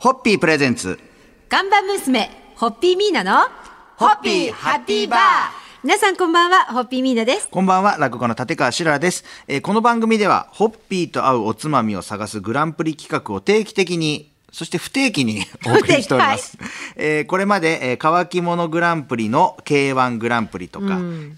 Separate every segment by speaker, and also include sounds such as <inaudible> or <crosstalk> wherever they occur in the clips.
Speaker 1: ホッピープレゼンツ。
Speaker 2: ガンバ娘、ホッピーミーナの、
Speaker 3: ホッピーハッピーバー。
Speaker 2: 皆さんこんばんは、ホッピーミーナです。
Speaker 1: こんばんは、落語の立川しららです、えーこの番組では、ホッピーと合うおつまみを探すグランプリ企画を定期的に、そして不定期
Speaker 2: <laughs>
Speaker 1: にお送りしております。えーこれまで、えー乾き物グランプリの K1 グランプリとか、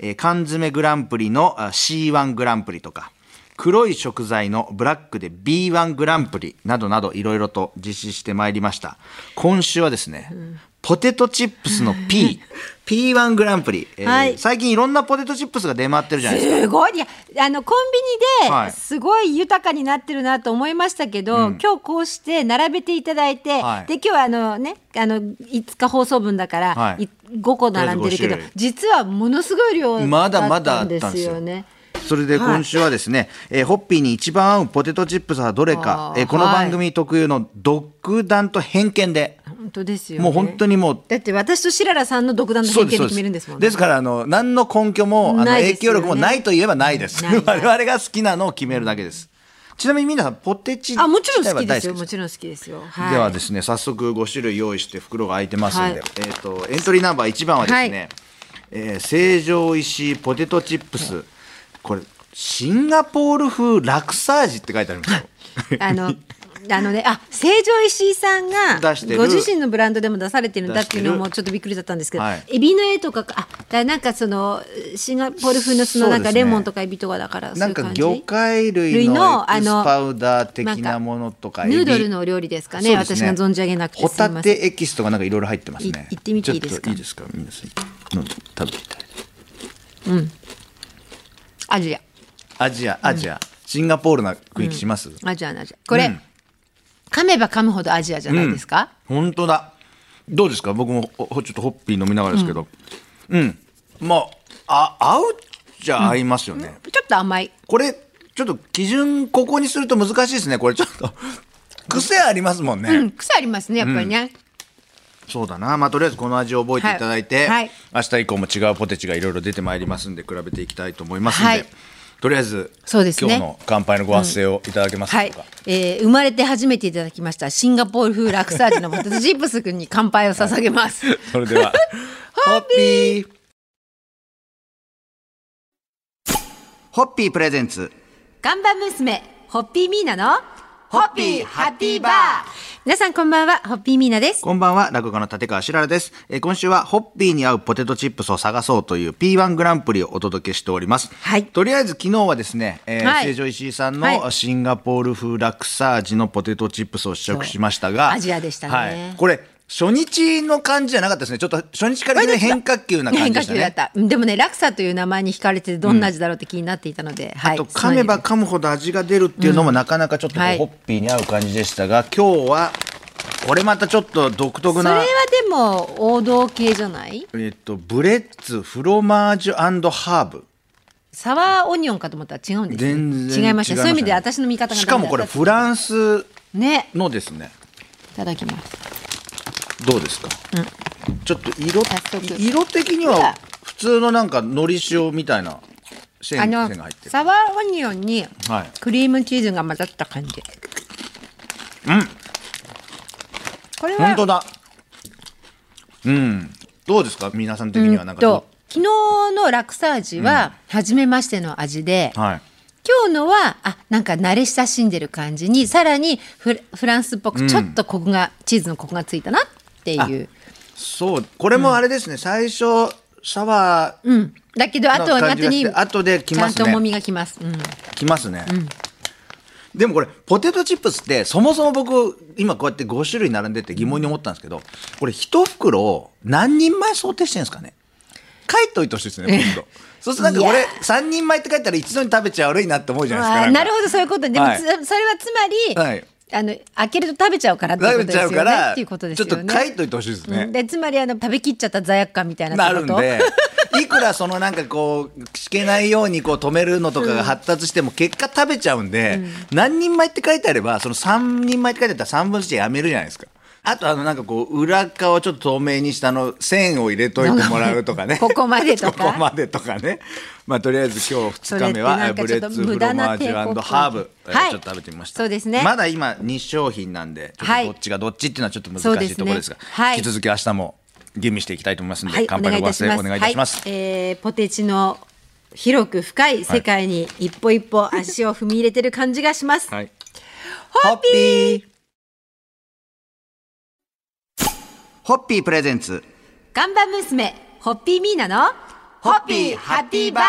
Speaker 1: えー缶詰グランプリのあ C1 グランプリとか、黒い食材のブラックで B1 グランプリなどなどいろいろと実施してまいりました。今週はですね、ポテトチップスの
Speaker 2: <laughs>
Speaker 1: P、P1 グランプリ、えー
Speaker 2: はい
Speaker 1: 最近いろんなポテトチップスが出回ってるじゃないですか。
Speaker 2: すごいいやあのコンビニ
Speaker 1: はい
Speaker 2: で、すごい豊かになってるなと思いましたけど、今日こうして並べていただいて、
Speaker 1: はい
Speaker 2: で今日はあのね、あの5日放送分だから、
Speaker 1: はい
Speaker 2: 5個並んでるけ
Speaker 1: と
Speaker 2: ど
Speaker 1: りあえず、
Speaker 2: 実はものすごい量
Speaker 1: まだまだあ
Speaker 2: あ
Speaker 1: っ
Speaker 2: ったた
Speaker 1: ん
Speaker 2: ん
Speaker 1: で
Speaker 2: ですす
Speaker 1: よ
Speaker 2: よね。
Speaker 1: それで今週はですね、えーホッピーに一番合うポテトチップスはどれか
Speaker 2: あ、ー
Speaker 1: えーこの番組特有の独断と偏見で、
Speaker 2: 本当ですよ、ね。
Speaker 1: もう本当にもう、
Speaker 2: だって私と白良さんの独断の
Speaker 1: そうで
Speaker 2: 偏
Speaker 1: す
Speaker 2: 見で
Speaker 1: そう
Speaker 2: 決めるんですもんね。
Speaker 1: ですからあの何の根拠もあの
Speaker 2: ないですよ
Speaker 1: 影
Speaker 2: ね
Speaker 1: 響力もないといえばないです。
Speaker 2: ないな
Speaker 1: <laughs> 我
Speaker 2: い
Speaker 1: 々が好きなのを決めるだけです。ちなみに皆さんポテチ
Speaker 2: あもちろん
Speaker 1: 自
Speaker 2: 好き
Speaker 1: 体は大
Speaker 2: ですよ。もちろん好きですよ。はい、
Speaker 1: ではですね早速5種類用意して袋が開いてますんで、
Speaker 2: はい
Speaker 1: えっ、とエントリーナンバー1番はですね、
Speaker 2: は
Speaker 1: えー成城石井ポテトチップスこれシンガポール風ラクサージって書いてありますよ
Speaker 2: <laughs>
Speaker 1: <laughs>
Speaker 2: あの。あのね、あ成城石井さんが
Speaker 1: 出してる
Speaker 2: ご自身のブランドでも出されてるんだっていうの
Speaker 1: 出して
Speaker 2: もちょっとびっくりだったんですけど、
Speaker 1: はい
Speaker 2: エビの絵とかかあだからなんかそのシンガポール風のそのなん
Speaker 1: そうですね
Speaker 2: かレモンとかエビとかだからそう
Speaker 1: ないん
Speaker 2: う感
Speaker 1: か
Speaker 2: じ
Speaker 1: 魚介類のエキスパウダー的なものとか
Speaker 2: ヌード
Speaker 1: エビ
Speaker 2: ルのお料理ですかね
Speaker 1: そう
Speaker 2: 私が存じ上げなくて
Speaker 1: ホ
Speaker 2: すい
Speaker 1: タ
Speaker 2: ません
Speaker 1: テエキスとかなんかいろいろ入ってますね
Speaker 2: い行ってみていい
Speaker 1: ちょ
Speaker 2: ですか
Speaker 1: といいですか皆さん飲んで食べていただいて
Speaker 2: アジア
Speaker 1: アジアアジア、シンガポールな雰囲気します、
Speaker 2: アジアのアジアこれ、
Speaker 1: うん
Speaker 2: 噛めば噛むほどアジアじゃないですか、
Speaker 1: 本当だどうですか僕もほちょっとホッピー飲みながらですけどうん、まああ合うじゃ合いますよね、
Speaker 2: ちょっと甘い
Speaker 1: これちょっと基準ここにすると難しいですねこれちょっ
Speaker 2: <laughs>
Speaker 1: と癖ありますもんね、
Speaker 2: うん癖ありますねやっぱりね、
Speaker 1: そうだなまあとりあえずこの味を覚えていただいて、
Speaker 2: はいはい
Speaker 1: 明日以降も違うポテチがいろいろ出てまいりますんで比べていきたいと思いますんで、
Speaker 2: はい
Speaker 1: とりあえず
Speaker 2: そうです
Speaker 1: 今
Speaker 2: ね
Speaker 1: 日の乾杯のご発声をいただけますで
Speaker 2: は
Speaker 1: しょ
Speaker 2: いう
Speaker 1: か、、
Speaker 2: えー生まれて初めていただきましたシンガポール風ラクサージのポテトチップス君に乾杯を捧げます。
Speaker 1: それではホッピーホッピープレゼンツ
Speaker 2: ガンバ娘、ホッピーミーナの、
Speaker 3: ホッピーハッピーバー。
Speaker 2: 皆さんこんばんは、ホッピーミーナです。
Speaker 1: こんばんは、落語家の立川しららです。えー今週は、ホッピーに合うポテトチップスを探そうという P1 グランプリをお届けしております。
Speaker 2: はい
Speaker 1: とりあえず、昨日はですね、えー
Speaker 2: はい
Speaker 1: 成城石井さん
Speaker 2: は
Speaker 1: の
Speaker 2: い
Speaker 1: シンガポール風ラクサージのポテトチップスを試食しましたが、
Speaker 2: そうアジアでしたね
Speaker 1: はいこれ、初日の感じじゃなかったですね。ちょっと、初日からいきなり変化球な感じ
Speaker 2: 変
Speaker 1: で
Speaker 2: 化
Speaker 1: した
Speaker 2: 球
Speaker 1: ね。
Speaker 2: だった。うんでもね、ラクサという名前に惹かれてどんな味だろうって気になっていたので、は
Speaker 1: あと噛めば噛むほど味が出るっていうのもなかなかちょっとこう
Speaker 2: はい
Speaker 1: ホッピーに合う感じでしたが、今日はこれまたちょっと独特
Speaker 2: それ
Speaker 1: な
Speaker 2: はでも王道系じゃない
Speaker 1: えっとブレッツフロマージュハーブ
Speaker 2: サワーオニオンかと思ったら違うんですね、
Speaker 1: 全然
Speaker 2: 違いました
Speaker 1: ね
Speaker 2: そういう意味で私の見方が
Speaker 1: しかもこれフ
Speaker 2: ラ
Speaker 1: ランス
Speaker 2: ね
Speaker 1: のですね
Speaker 2: いただきます
Speaker 1: どうですか、ちょっと色
Speaker 2: 早速
Speaker 1: 色的に
Speaker 2: ほ
Speaker 1: は
Speaker 2: ら
Speaker 1: 普通のなんかのり塩みたいな線
Speaker 2: あ
Speaker 1: 線が
Speaker 2: の
Speaker 1: 入ってる
Speaker 2: サワーオニオンに
Speaker 1: はい
Speaker 2: クリームチーズが混ざった感じ、これは
Speaker 1: 本当だうんどうですか皆さん的にはなんか
Speaker 2: と昨日のラクサージは初めましての味で、
Speaker 1: はい
Speaker 2: 今日のはあなんか慣れ親しんでる感じにさらにフラフランスっぽくちょっとコクが、チーズのコクがついたなっていう、
Speaker 1: そうこれもあれですね、最初シャワー
Speaker 2: うん、だけどあと
Speaker 1: な感じ
Speaker 2: 後
Speaker 1: がし
Speaker 2: に
Speaker 1: て後で来
Speaker 2: ちゃ
Speaker 1: ま
Speaker 2: ん
Speaker 1: すね
Speaker 2: と重みがきます、うん、
Speaker 1: きますね、でもこれポテトチップスってそもそも僕今こうやって5種類並んでて疑問に思ったんですけどこれ一袋を何人前想定してるんですかね書いといてほしいですね今度そうするとなんかこれ
Speaker 2: いや
Speaker 1: 3人前って書いたら一度に食べちゃ悪いなって思うじゃないですか
Speaker 2: あー
Speaker 1: んか
Speaker 2: なるほどそういうことねでも、
Speaker 1: はい
Speaker 2: つそれはつまり、
Speaker 1: はい
Speaker 2: あの開けると食べちゃうからっていう
Speaker 1: 食べち
Speaker 2: ことです
Speaker 1: ゃ
Speaker 2: よ
Speaker 1: う
Speaker 2: ね
Speaker 1: から
Speaker 2: っていうことで
Speaker 1: ち
Speaker 2: す
Speaker 1: ょっ
Speaker 2: よ
Speaker 1: と
Speaker 2: ね
Speaker 1: 書いといてほしいですね、
Speaker 2: うんでつまりあの食べきっちゃった罪悪感みたいな
Speaker 1: な
Speaker 2: って
Speaker 1: る
Speaker 2: こ
Speaker 1: ん
Speaker 2: と <laughs>
Speaker 1: でいくらそのなんかこうしけないようにこう止めるのとかが発達しても結果食べちゃうんで、何人前って書いてあればその3人前って書いてあったら3分の1でやめるじゃないですか。あとあのなんかこう裏側ちょっと透明にしたあの線を入れといてもらうとかね
Speaker 2: <laughs> ここまでとか
Speaker 1: <laughs> ここまでとかねまあとりあえず今日2日目はえ
Speaker 2: それ
Speaker 1: ーブレ
Speaker 2: ってなんかちょっと
Speaker 1: ッツフロマージ
Speaker 2: 無
Speaker 1: ュ
Speaker 2: 駄な抵抗
Speaker 1: ハーブ、えー
Speaker 2: はい
Speaker 1: ちょっと食べてみました
Speaker 2: そうですね
Speaker 1: まだ今2商品なんでちょっ
Speaker 2: はい
Speaker 1: とどっちがどっちっていうのはちょっと
Speaker 2: そう
Speaker 1: 難
Speaker 2: で
Speaker 1: しい
Speaker 2: すね
Speaker 1: ところですが
Speaker 2: はい
Speaker 1: 引き続き明日も吟味していきたいと思いますので、
Speaker 2: はい、
Speaker 1: 乾杯のご発声お願いいたします、
Speaker 2: はいえーポテチの広く深い世界に一歩一歩足を踏み入れてる感じがします。
Speaker 1: はい
Speaker 2: ホッピー
Speaker 1: ーホッピープレゼンツ
Speaker 2: ガンバ娘、ホッピーミーナの、
Speaker 3: ホッピーハッピーバー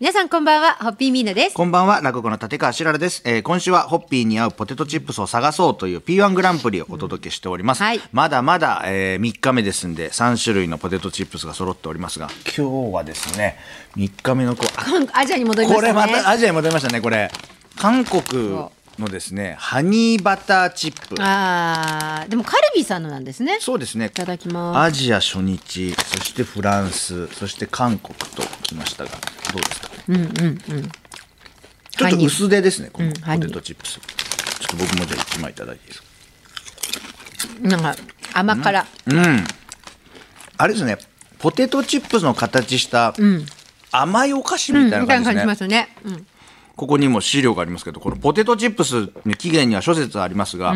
Speaker 2: 皆さんこんばんは、ホッピーミーナです。
Speaker 1: こんばんは、落語の立川しららです、えー今週はホッピーに合うポテトチップスを探そうという P1 グランプリをお届けしております。
Speaker 2: うんはい
Speaker 1: まだまだ、え3日目ですんで、3種類のポテトチップスが揃っておりますが、今日はですね、3日目のこう、あ
Speaker 2: 韓アジアに戻りま
Speaker 1: こ
Speaker 2: した
Speaker 1: れ
Speaker 2: ね。
Speaker 1: またアジアに戻りましたね、これ。韓国のですね、ハニーバターチップ。
Speaker 2: あーでもカルビーさんのなんですね。
Speaker 1: そうですね。い
Speaker 2: ただきます
Speaker 1: アジア初日、そしてフランス、そして韓国と来ましたが、どうですかちょっと薄手ですね、この
Speaker 2: うんハ
Speaker 1: ポ
Speaker 2: ニー
Speaker 1: テトチップス。ちょっと僕もじゃあ1枚いただいていいですか。
Speaker 2: なんか甘辛、
Speaker 1: あれですね、ポテトチップスの形した甘いお菓子みたいな
Speaker 2: みたい
Speaker 1: 感
Speaker 2: な
Speaker 1: じで
Speaker 2: 感じ
Speaker 1: す
Speaker 2: し
Speaker 1: ね。
Speaker 2: ますね。うん
Speaker 1: ここにも資料がありますけど、このポテトチップスの起源には諸説ありますが、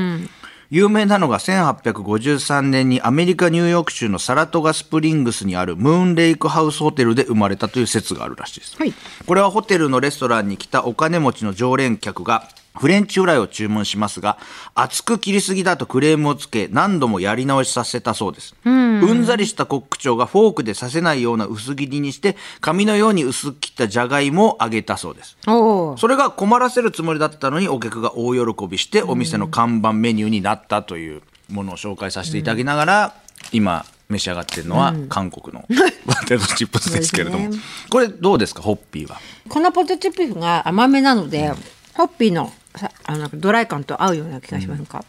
Speaker 1: 有名なのが1853年にアメリカ・ニューヨーク州のサラトガスプリングスにあるムーンレイクハウスホテルで生まれたという説があるらしいです。
Speaker 2: はい
Speaker 1: これはホテルのレストランに来たお金持ちの常連客がフレンチフライを注文しますが、厚く切りすぎだとクレームをつけ、何度もやり直しさせたそうです。うんざりしたコック長がフォークでさせないような薄切りにして、紙のように薄く切ったじゃがいもを揚げたそうです。
Speaker 2: おお。
Speaker 1: それが困らせるつもりだったのにお客が大喜びしてお店の看板メニューになったというものを紹介させていただきながら、今召し上がってるのは韓国のポテトチップスですけれども、
Speaker 2: そうです
Speaker 1: これどうですかホッピーは
Speaker 2: このポテトチップが甘めなので、ホッピーのさあのなんかドライ感と合うような気がしますか。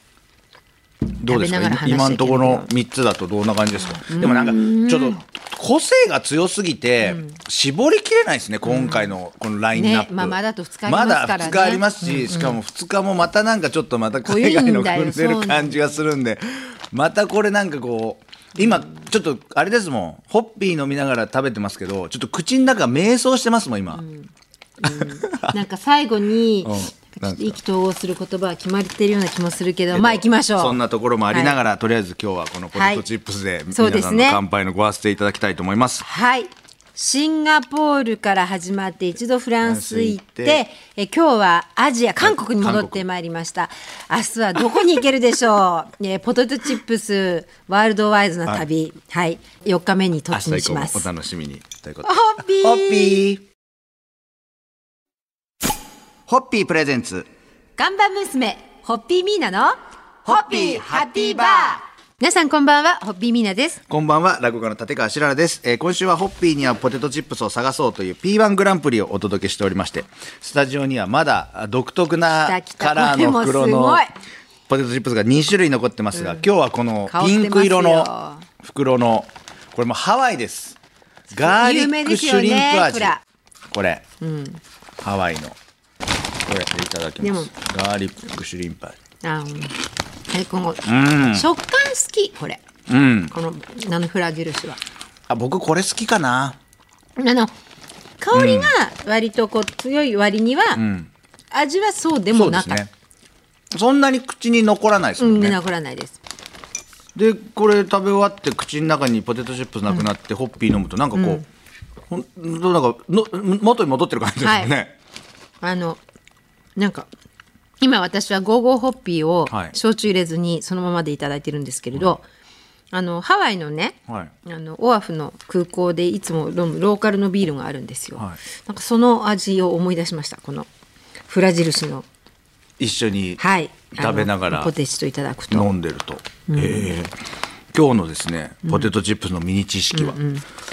Speaker 1: どうです
Speaker 2: 食べながら
Speaker 1: か
Speaker 2: 話していける
Speaker 1: 今のところの3つだとどんな感じですかでもなんかちょっと個性が強すぎて絞りきれないですね今回のこのラインナップ、
Speaker 2: ねまあまだあと二日あります
Speaker 1: ま
Speaker 2: からね
Speaker 1: だ2日ありますししかも2日もまたなんかちょっとまた海外の組んでる感じがするんでまたこれなんかこう今ちょっとあれですもんホッピー飲みながら食べてますけどちょっと口の中迷走してますもん今、
Speaker 2: なんか最後に、
Speaker 1: うん
Speaker 2: なんかちょっと意気投合する言葉は決まってるような気もするけど、まあ行きましょう。
Speaker 1: そんなところもありなが
Speaker 2: ら。
Speaker 1: ら、とりあえず今日はこのポテトチップスで
Speaker 2: そう
Speaker 1: 皆
Speaker 2: で
Speaker 1: さ
Speaker 2: す
Speaker 1: ん
Speaker 2: ね
Speaker 1: の乾杯のご発声いただきたいと思います。
Speaker 2: はい。シンガポールから始まって一度フランス行っ
Speaker 1: フラン
Speaker 2: てえ今日はアジア韓国に戻ってまいりました明日はどこに行けるでしょう、 <laughs> ね、ポテトチップスワールドワイズな旅はい、四4日目に
Speaker 1: 明
Speaker 2: 突
Speaker 1: 日
Speaker 2: 入
Speaker 1: 以
Speaker 2: し
Speaker 1: 降も
Speaker 2: ます
Speaker 1: お楽しみにということ
Speaker 2: ホ
Speaker 1: で
Speaker 2: ッピー
Speaker 1: ホッピーホッピープレゼンツ
Speaker 2: ガンバ娘ホッピーミーナの
Speaker 3: ホッピーハッピーバー
Speaker 2: 皆さんこんばんはホッピーミーナです
Speaker 1: こんばんは落語家の立川しららです、えー今週はホッピーにはポテトチップスを探そうという P1 グランプリをお届けしておりましてスタジオにはまだあ独特な
Speaker 2: 来た来た
Speaker 1: カラーの袋
Speaker 2: これもす
Speaker 1: の
Speaker 2: ごい
Speaker 1: ポテトチップスが2種類残ってますが、今日はこの
Speaker 2: 香って
Speaker 1: ピ
Speaker 2: ますよ
Speaker 1: ンク色の袋のこれもハワイですガーリ
Speaker 2: 有名
Speaker 1: ッ
Speaker 2: で
Speaker 1: ク
Speaker 2: す
Speaker 1: シュ
Speaker 2: よね
Speaker 1: リンプ味、
Speaker 2: これ
Speaker 1: これ、ハワイのこれいただき
Speaker 2: で
Speaker 1: ま
Speaker 2: も
Speaker 1: すガーリックシュリンプ味
Speaker 2: あの大根を
Speaker 1: うん
Speaker 2: 食感好きこれ、
Speaker 1: うん
Speaker 2: このナノフラ印は
Speaker 1: あ僕これ好きかな
Speaker 2: あの香りが割とこう強い割には、味はそうでもなかった、
Speaker 1: そんなに口に残らないです
Speaker 2: う
Speaker 1: もん
Speaker 2: ん
Speaker 1: ね、
Speaker 2: 残らないです
Speaker 1: でこれ食べ終わって口の中にポテトチップスなくなって、ホッピー飲むとなんかこう、ほんとなんかの元に戻ってる感じですよね、
Speaker 2: あのなんか今私はゴーゴーホッピーを
Speaker 1: はい
Speaker 2: 焼酎入れずにそのままでいただいてるんですけれど、あのハワイのね、
Speaker 1: はい
Speaker 2: あのオアフの空港でいつも飲むローカルのビールがあるんですよ、
Speaker 1: はい
Speaker 2: なんかその味を思い出しましたこのフラ印の
Speaker 1: 一緒に
Speaker 2: はいあの
Speaker 1: 食べながら
Speaker 2: ポテチといただくと
Speaker 1: 飲んでると、えー今日のですねポテトチップスのミニ知識は、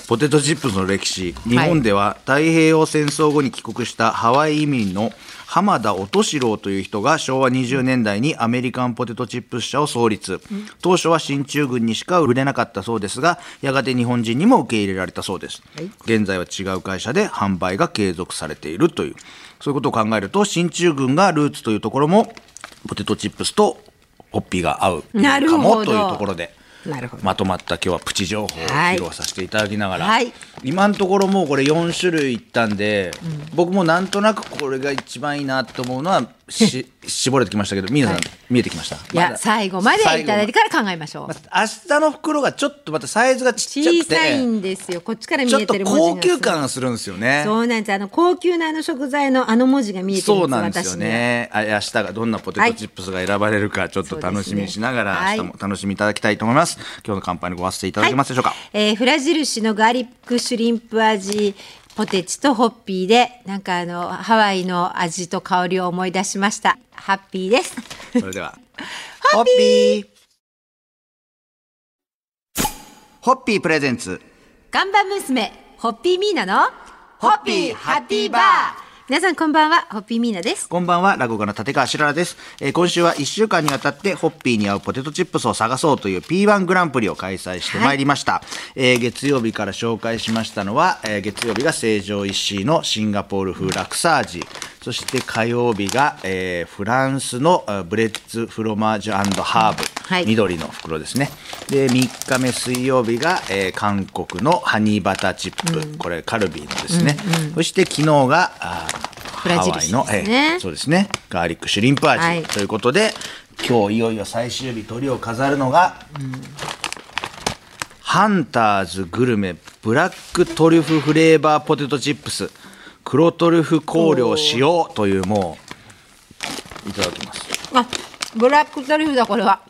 Speaker 1: ポテトチップスの歴史日本では太平洋戦争後に帰国したハワイ移民の浜田音四郎という人が昭和20年代にアメリカンポテトチップス社を創立当初は進駐軍にしか売れなかったそうですがやがて日本人にも受け入れられたそうです、
Speaker 2: はい
Speaker 1: 現在は違う会社で販売が継続されているというそういうことを考えると進駐軍がルーツというところもポテトチップスとホッピーが合う
Speaker 2: なる
Speaker 1: か
Speaker 2: ほ
Speaker 1: も
Speaker 2: ど
Speaker 1: というところで。
Speaker 2: なるほど
Speaker 1: まとまった今日はプチ情報を
Speaker 2: はい
Speaker 1: 披露させていただきながら、
Speaker 2: はい
Speaker 1: 今のところもうこれ4種類いったんで、僕もなんとなくこれが一番いいなと思うのはし
Speaker 2: <laughs>
Speaker 1: 絞れてきましたけど皆さん、
Speaker 2: はい
Speaker 1: 見えてきました
Speaker 2: いや最後までいただいて
Speaker 1: か
Speaker 2: から考えましょう
Speaker 1: 明日の袋がちょっとまたサイズがちっちゃ
Speaker 2: 小
Speaker 1: くて
Speaker 2: さいんですよこっちから見
Speaker 1: ちょっ
Speaker 2: え
Speaker 1: と
Speaker 2: てる文字が
Speaker 1: 高級感がするんですよね
Speaker 2: そうなんですあの高級なあの食材のあの文字が見えてる
Speaker 1: そ
Speaker 2: ん
Speaker 1: う
Speaker 2: です
Speaker 1: なんですよ
Speaker 2: 私には
Speaker 1: ね。あ明日がどんなポテトチップスが選ばれるか、ちょっと楽しみにしながら、
Speaker 2: はい
Speaker 1: 明日も楽しみいただきたいと思います。今日の乾杯にごわせていただけますでしょうか。
Speaker 2: えーフラ印のガーリックシュリンプ味ポテチとホッピーでなんかあのハワイの味と香りを思い出しましたハッピーです
Speaker 1: <laughs> それでは、ホッピーホッピープレゼンツ。
Speaker 2: 看板娘ホッピーミーナの
Speaker 3: ホッピーハッピーバー
Speaker 2: 皆さんこんばんはホッピーミーナです
Speaker 1: こんばんは、落語家の立川しららです。えー今週は1週間にわたって、ホッピーに合うポテトチップスを探そうという P1 グランプリを開催してまいりました。えー月曜日から紹介しましたのは、えー月曜日が成城石井のシンガポール風ラクサージ。そして火曜日が、えーフランスのえーブレッツフロマージュハーブ、
Speaker 2: はい
Speaker 1: 緑の袋ですね。で、3日目水曜日が、えー韓国のハニーバターチップ。これカルビーのですね。そして昨日が、あー
Speaker 2: ブラ
Speaker 1: ハ
Speaker 2: ジル
Speaker 1: ワイの、
Speaker 2: ですね
Speaker 1: ええそうですね。ガーリックシュリンプ味、
Speaker 2: はい
Speaker 1: ということで、今日いよいよ最終日、鳥を飾るのが、ハンターズグルメブラックトリュフフレーバーポテトチップス黒トリュフ香料使用というもういただきます。
Speaker 2: あブラックトリュフだこれは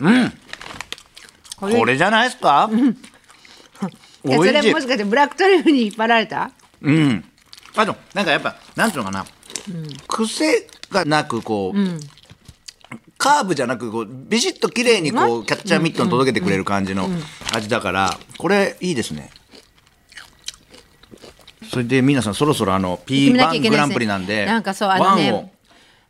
Speaker 2: うん
Speaker 1: これじゃないですか？
Speaker 2: え
Speaker 1: おいし
Speaker 2: それ
Speaker 1: い
Speaker 2: もし。かしてブラックトリュフに引っ張られた
Speaker 1: うん。あとなんかやっぱなんていうのかな、癖がなくこう、カーブじゃなくこうビシッと綺麗にこうキャッチャーミットに届けてくれる感じの味だからこれいいですね。それで皆さんそろそろあの
Speaker 2: 決めなきゃい
Speaker 1: P1
Speaker 2: け
Speaker 1: グ
Speaker 2: ない
Speaker 1: ラ
Speaker 2: です
Speaker 1: ン
Speaker 2: ね
Speaker 1: プリなんで、
Speaker 2: なんかそうあの
Speaker 1: ワンを
Speaker 2: ね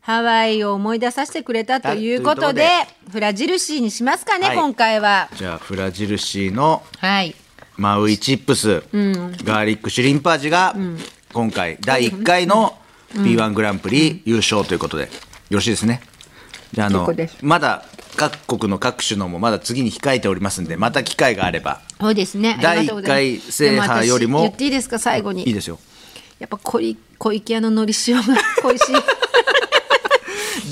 Speaker 2: ハワイを思い出させてくれたということで
Speaker 1: だ
Speaker 2: フラジルシーにしますかね、
Speaker 1: はい
Speaker 2: 今回は
Speaker 1: じゃあフラジルシーの
Speaker 2: はい
Speaker 1: マウイチップス、ガーリックシュリンプ味が、今回第1回の P1 グランプリ優勝ということで、よろしいですねじゃああ
Speaker 2: こ
Speaker 1: の
Speaker 2: こです
Speaker 1: まだ各国の各種のもまだ次に控えておりますんでまた機会があれば
Speaker 2: そうですね
Speaker 1: 第
Speaker 2: ありがとうございます
Speaker 1: 一回制覇よりも
Speaker 2: で私言っていいですか最後に
Speaker 1: いいですよ
Speaker 2: やっぱ小い小池屋ののり塩が <laughs> 恋しい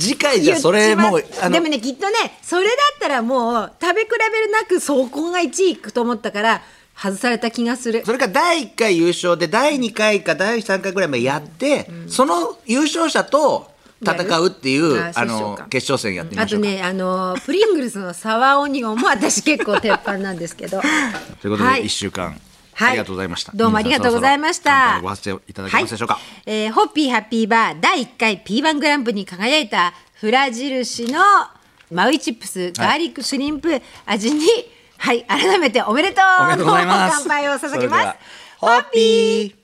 Speaker 1: 次回じゃあそれもう
Speaker 2: 言っちま
Speaker 1: あ
Speaker 2: で
Speaker 1: の
Speaker 2: もねきっとねそれだったらもう食べ比べなく走行が1位いくと思ったから外された気がする
Speaker 1: それから第1回優勝で第2回か第3回ぐらいまでやって、その優勝者と戦うっていう
Speaker 2: やるあ
Speaker 1: あ
Speaker 2: そうしよう
Speaker 1: の
Speaker 2: か
Speaker 1: 決勝戦やってみ
Speaker 2: あ
Speaker 1: ましょ
Speaker 2: と
Speaker 1: うか。
Speaker 2: ねあのプリングルスのサワーオニオンも私結構鉄板なんですけ
Speaker 1: <laughs>
Speaker 2: ど
Speaker 1: ということ
Speaker 2: は
Speaker 1: で
Speaker 2: い
Speaker 1: 一週間、
Speaker 2: はい
Speaker 1: ありがとうございました。
Speaker 2: どうもありがとうございました。
Speaker 1: 皆さんそろそろ乾杯ご発声いただけますでしょうか。
Speaker 2: はいえーホッピーハッピーバー第1回 P1 グランプリに輝いたフラ印のマウイチップスガーリックシュリンプ味に、はい、改めておめでとう
Speaker 1: おめでとうございます。
Speaker 2: 乾杯を捧げ
Speaker 1: それで
Speaker 2: ま
Speaker 1: は
Speaker 2: す。
Speaker 1: ホッピー。